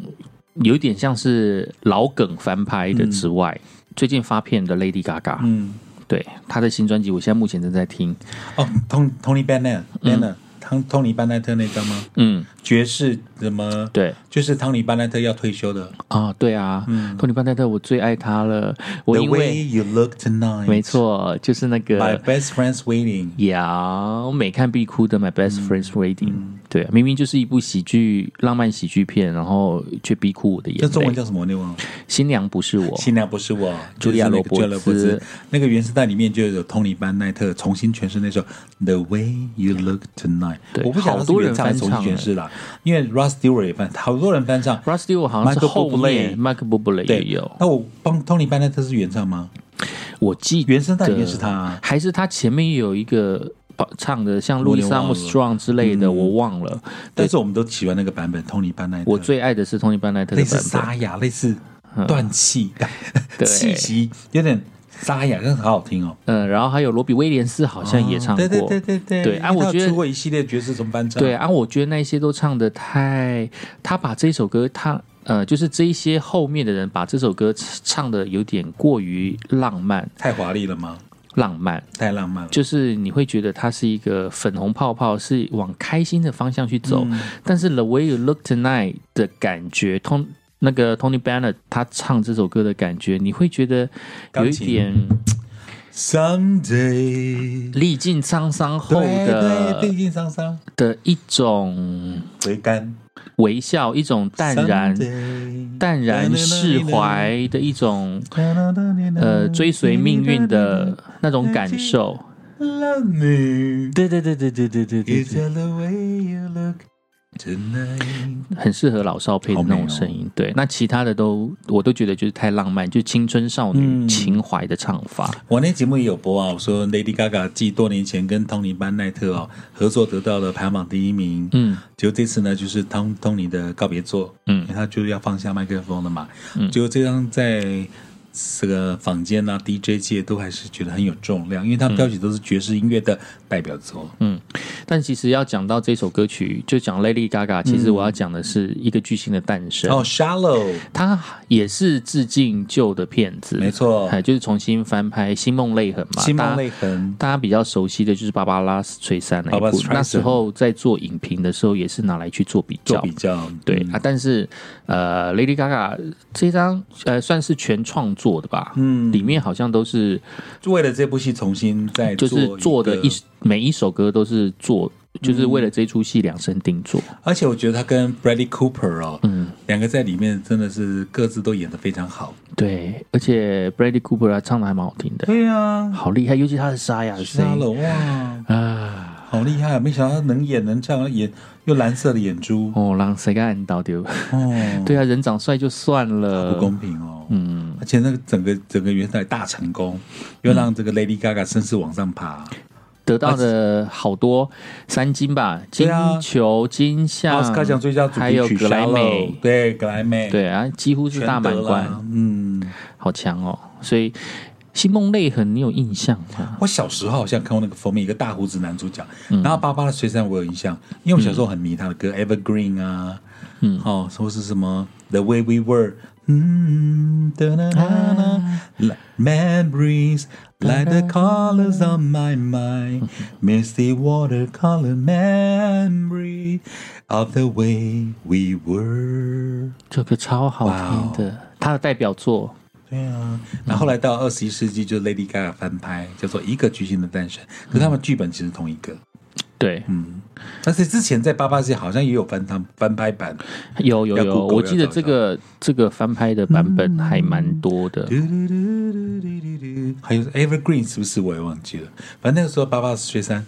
S1: 有一点像是老梗翻拍的之外，最近发片的 Lady Gaga，、
S2: 嗯，
S1: 对她的新专辑，我现在目前正在听。
S2: 哦，Tony Tony Bennett Bennett，汤托尼班奈特那张吗？
S1: 嗯，
S2: 爵士怎么？
S1: 对
S2: 就是汤尼班奈特要退休的。
S1: 啊，对啊，托尼班奈特，我最爱他了。我
S2: 嗯 The
S1: 因
S2: way
S1: 为
S2: you look tonight，
S1: 没错，就是那
S2: ，My
S1: 个
S2: best friend's waiting。
S1: 呀，我每看必哭的《My Best Friend's
S2: 嗯
S1: Wedding》对啊，明明就是一部喜剧、浪漫喜剧片，然后却逼哭我的
S2: 这
S1: 眼
S2: 中文
S1: 泪。
S2: 叫什么？我忘了。
S1: 新娘不是我，
S2: 新娘不是我，
S1: 茱莉亚罗伯兹
S2: 就是那个茱莉亚罗伯兹。那个原声带里面就有托尼班奈特重新诠释那首《The Way You Look Tonight》。
S1: 对
S2: 我不晓得
S1: 好多
S2: 是
S1: 人
S2: 原唱还是重
S1: 翻唱
S2: 新诠释啦，因为 Russ Stewart 也翻，好多人翻唱。
S1: Rusty，我好像是
S2: Michael
S1: 后面
S2: Bublé
S1: Michael Bublé 也
S2: 对，
S1: 有，
S2: 那我帮托尼班奈特是原唱吗？
S1: 我记
S2: 原声带里面是他啊
S1: 还是他前面有一个呃唱的像路易斯
S2: 我有
S1: 阿
S2: 点
S1: 姆
S2: 忘嗯
S1: 斯壮之类的，我忘了。
S2: 但是我们都喜欢那个版本，托尼班奈特。
S1: 我最爱的是托尼班奈特
S2: 类
S1: 的
S2: 似
S1: 版本，
S2: 沙哑，类似断气，
S1: 对
S2: 气息有点沙哑，但是很好听哦。
S1: 嗯，然后还有罗比威廉斯好像也唱过，
S2: 对对对对对，
S1: 对啊
S2: 因为他
S1: 我觉得
S2: 出过一系列爵士重翻唱，
S1: 对，啊，我觉得那些都唱的太，他把这首歌他。呃，就是这一些后面的人把这首歌唱的有点过于浪漫，
S2: 太华丽了吗？
S1: 浪漫
S2: 太浪漫了。
S1: 就是你会觉得它是一个粉红泡泡，是往开心的方向去走。
S2: 嗯
S1: 但是 The Way You Look Tonight 的感觉，通那个 Tony Bennett 他唱这首歌的感觉，你会觉得有一点
S2: Someday，
S1: 历尽沧桑后
S2: 对
S1: 的
S2: 对，历尽沧桑，
S1: 的一种
S2: 回甘，
S1: 微笑，一种淡然。
S2: Someday
S1: 淡然释怀的一种，呃，追随命运的那种感受。
S2: Love me，
S1: 对对对对对对对对
S2: It's
S1: 对，
S2: the way you look tonight。
S1: 很适合老少配的那种声音。对，那其他的都我都觉得就是太浪漫，就是青春少女情怀的唱法。
S2: 我那节目也有播啊，我说 Lady Gaga 继多年前跟汤尼班奈特哦合作得到了排行榜第一名，
S1: 嗯
S2: 结果这次呢就是汤汤尼的告别作，
S1: 嗯
S2: 因为他就是要放下麦克风了嘛，结果这张在。这个坊间啊，DJ 界都还是觉得很有重量，因为他标举都是爵士音乐的代表作。
S1: 嗯，但其实要讲到这首歌曲，就讲 Lady Gaga，其实我要讲的是一个巨星的诞生。
S2: 哦，Shallow，
S1: 它也是致敬旧的片子，
S2: 没错
S1: 哎，就是重新翻拍《星梦泪痕》嘛，
S2: 哦星
S1: 大
S2: 梦
S1: 家
S2: 泪痕，
S1: 大家比较熟悉的就是芭芭拉·斯翠珊那一
S2: 芭芭
S1: 部
S2: 拉，
S1: 那时候在做影评的时候也是拿来去做比
S2: 做
S1: 较
S2: 比。嗯较
S1: 对、啊，但是呃，Lady Gaga 这张呃算是全创作的吧，嗯，里面好像都是
S2: 就为了这部戏重新再
S1: 就是做的
S2: 个
S1: 一每一首歌都是做，就是为
S2: 嗯
S1: 了这出戏量身定做。
S2: 而且我觉得他跟 Bradley Cooper 哦，嗯，两个在里面真的是各自都演得非常好。
S1: 对，而且 Bradley Cooper 他唱的还蛮好听的，
S2: 对啊，
S1: 好厉害，尤其他的沙哑的
S2: 沙
S1: 声音
S2: 龙哇，
S1: 啊，
S2: 好厉害！没想到能演能唱，演又蓝色的眼珠
S1: 哦，让谁给按到丢？
S2: 哦，
S1: 对啊，人长帅就算了，
S2: 不公平哦。嗯，而且那个整个整个原来大成功，又让这个 Lady Gaga 声势往上爬。
S1: 得到的好多三金吧，金
S2: 啊对啊
S1: 球、金
S2: 奥
S1: 像
S2: 斯卡奖最佳主
S1: 还
S2: 题
S1: 有
S2: 曲
S1: 格莱
S2: Shallow，
S1: 美，
S2: 对格莱美，，
S1: 对啊，几乎是大满贯，。
S2: 嗯，
S1: 好强哦！所以《星梦泪痕》你有印象啊吗？
S2: 我小时候好像看过那个封面，一个大胡子男主角，然后芭芭的水山我有印象，因为我小时候很迷他的歌《Evergreen》啊，嗯，哦，说是什么《The Way We Were》，嗯，哒啦啦啦，like Memories like the colors on my mind, misty watercolor memory of the way we were。
S1: 这歌超好听
S2: 哦
S1: 的，他的代表作
S2: 对啊，那后来到二十一世纪，就 Lady Gaga 翻拍，叫做《一个巨星的诞生》，可是他们剧本其实同一个。
S1: 对，
S2: 嗯但是之前在八八街好像也有翻唱翻拍版，
S1: 有有
S2: 要
S1: 有，
S2: Google，
S1: 我记
S2: 要
S1: 得
S2: 找一
S1: 这个这个翻拍的版本还蛮多的。
S2: 嗯还有 Evergreen 是不是我也忘记了？反正那个时候八八学山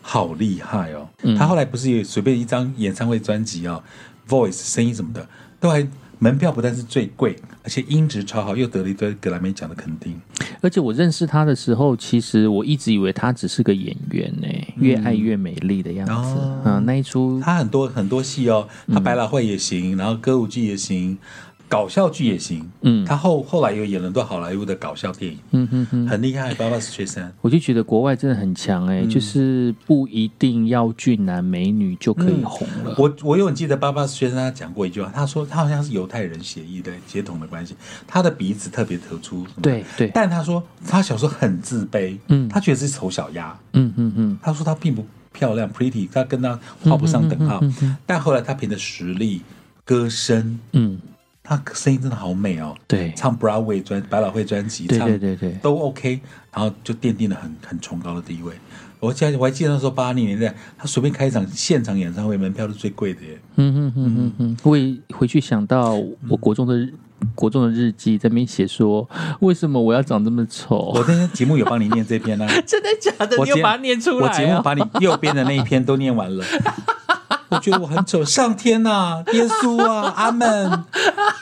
S2: 好厉害哦！
S1: 嗯
S2: 他后来不是也随便一张演唱会专辑哦，Voice 声音什么的，都还门票不但是最贵，而且音质超好，又得了一堆格莱美奖的肯定。
S1: 而且我认识他的时候，其实我一直以为他只是个演员呢、越爱越美丽的样子。
S2: 嗯哦
S1: 嗯，那一出
S2: 他很多很多戏哦，他百老汇也行，然后歌舞剧也行，搞笑剧也行。
S1: 嗯
S2: 他后后来又演了很多好莱坞的搞笑电影，
S1: 嗯哼哼，
S2: 很厉害。爸爸是学生，
S1: 我就觉得国外真的很强哎、就是不一定要俊男美女就可以红了。
S2: 我我有很记得爸爸学生他讲过一句话，他说他好像是犹太人协议的血统的关系，他的鼻子特别突出。
S1: 对对，
S2: 但他说他小时候很自卑，
S1: 嗯
S2: 他觉得自己丑小鸭，
S1: 嗯嗯嗯，
S2: 他说他并不漂亮，pretty，他跟他画不上等号。
S1: 嗯嗯嗯嗯
S2: 但后来他凭着实力、歌声，
S1: 嗯，
S2: 他声音真的好美哦，
S1: 对
S2: 唱 Broadway 专百老汇专辑，
S1: 对
S2: 唱
S1: 对对对，
S2: 都 OK，然后就奠定了很很崇高的地位。我记得我还记得那时候八零年代，他随便开一场现场演唱会，门票是最贵的耶。
S1: 嗯嗯嗯嗯嗯，会回去想到我国中的日国中的日记，在那边写说为什么我要长这么丑？
S2: 我那天节目有帮你念这篇啊，
S1: 真的假的？
S2: 我
S1: 你又
S2: 节
S1: 把它念出来、
S2: 我
S1: 啊？
S2: 节目把你右边的那一篇都念完 了。我觉得我很丑，上天呐、耶稣啊，阿门，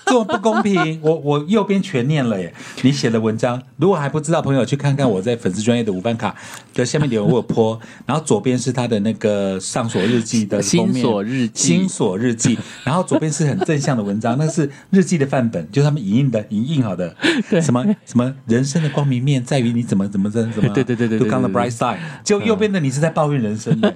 S2: 这么不公平。我我右边全念了耶。你写的文章，如果还不知道，朋友去看看我在粉丝专业的吴凡卡的下面留言，我有泼。然后左边是他的那个《上锁日记》的封面
S1: 新锁日记
S2: 新锁日记。然后左边是很正向的文章，那是日记的范本，就是他们影印的影印好的。
S1: 对
S2: 什么什么人生的光明面在于你怎么怎么怎么怎 么。
S1: 对对对对对
S2: Look on the
S1: 对对
S2: bright side。就右边的你是在抱怨人生的。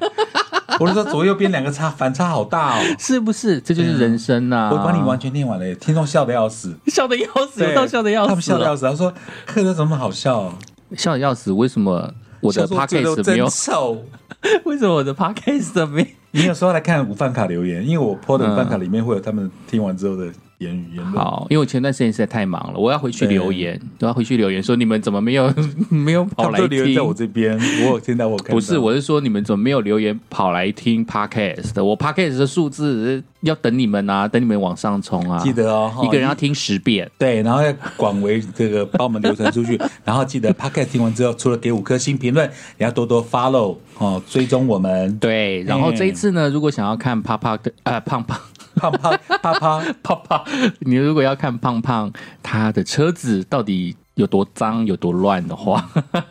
S2: 我是说左右边两个差反差好大哦。
S1: 是不是？这就是人生啊呐、
S2: 我把你完全念完了耶，听众笑得要死，
S1: 笑的要死，有
S2: 对
S1: 到笑的要死了，啊
S2: 他们笑得要死。他说：“课哥怎么那么好笑哦？
S1: 笑得要死。为什么我的
S2: 笑说这都
S1: podcast 没有
S2: 真？丑。
S1: 为什么我的 podcast 没？”
S2: 你有时候来看午饭卡留言，因为我 PO 的午饭卡里面会有他们听完之后的言语言论。
S1: 好，因为我前段时间实在太忙了，我要回去
S2: 嗯对
S1: 留言，我要回去留言说你们怎么没有 没有
S2: 他
S1: 跑哦
S2: 们
S1: 来
S2: 都留言在
S1: 听？
S2: 我这边，我有听到我看到
S1: 不是，我是说你们怎么没有留言跑来听 podcast 的？我 podcast 的数字要等你们啊，等你们往上冲啊！
S2: 记得哦，哈
S1: 一个人要听十遍，
S2: 对，然后要广为这个 帮我们流传出去。然后记得 Podcast 听完之后，除了给五颗星评论，也要多多 follow 哦，追踪我们。
S1: 对。然后这一次呢，如果想要看啪啪的呃胖胖
S2: 胖胖啪啪，
S1: 胖胖，你如果要看胖胖他的车子到底有多脏、有多乱的话，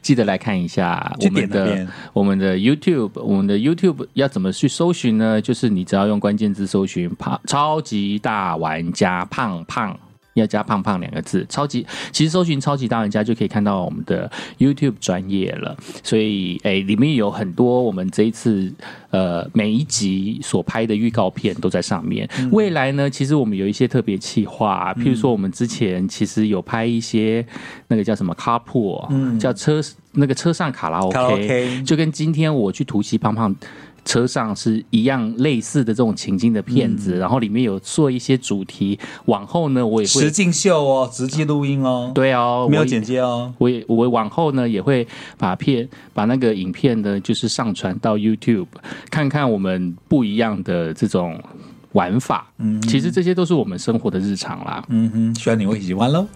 S1: 记得来看一下我
S2: 去
S1: 们
S2: 点那
S1: 的
S2: 边
S1: 我们的 YouTube，我们的 YouTube 要怎么去搜寻呢？就是你只要用关键字搜寻“胖超级大玩家胖胖”。要加“胖胖”两个字，超级其实搜寻“超级大玩家”就可以看到我们的 YouTube 专业了。所以，哎、里面有很多我们这一次呃每一集所拍的预告片都在上面。未来呢，其实我们有一些特别企划，譬如说我们之前其实有拍一些那个叫什么 carpool，、叫车那个车上卡拉 OK，,
S2: 卡拉 OK
S1: 就跟今天我去突袭胖胖。车上是一样类似的这种情境的片
S2: 嗯
S1: 子，然后里面有做一些主题。往后呢，我也
S2: 实
S1: 会
S2: 境秀哦，实际录音哦，，
S1: 对哦，
S2: 没有
S1: 我也
S2: 剪接哦。
S1: 我也我往后呢也会把片把那个影片呢，就是上传到 YouTube，看看我们不一样的这种玩法。嗯，其实这些都是我们生活的日常啦。
S2: 嗯哼，希望你会喜欢喽。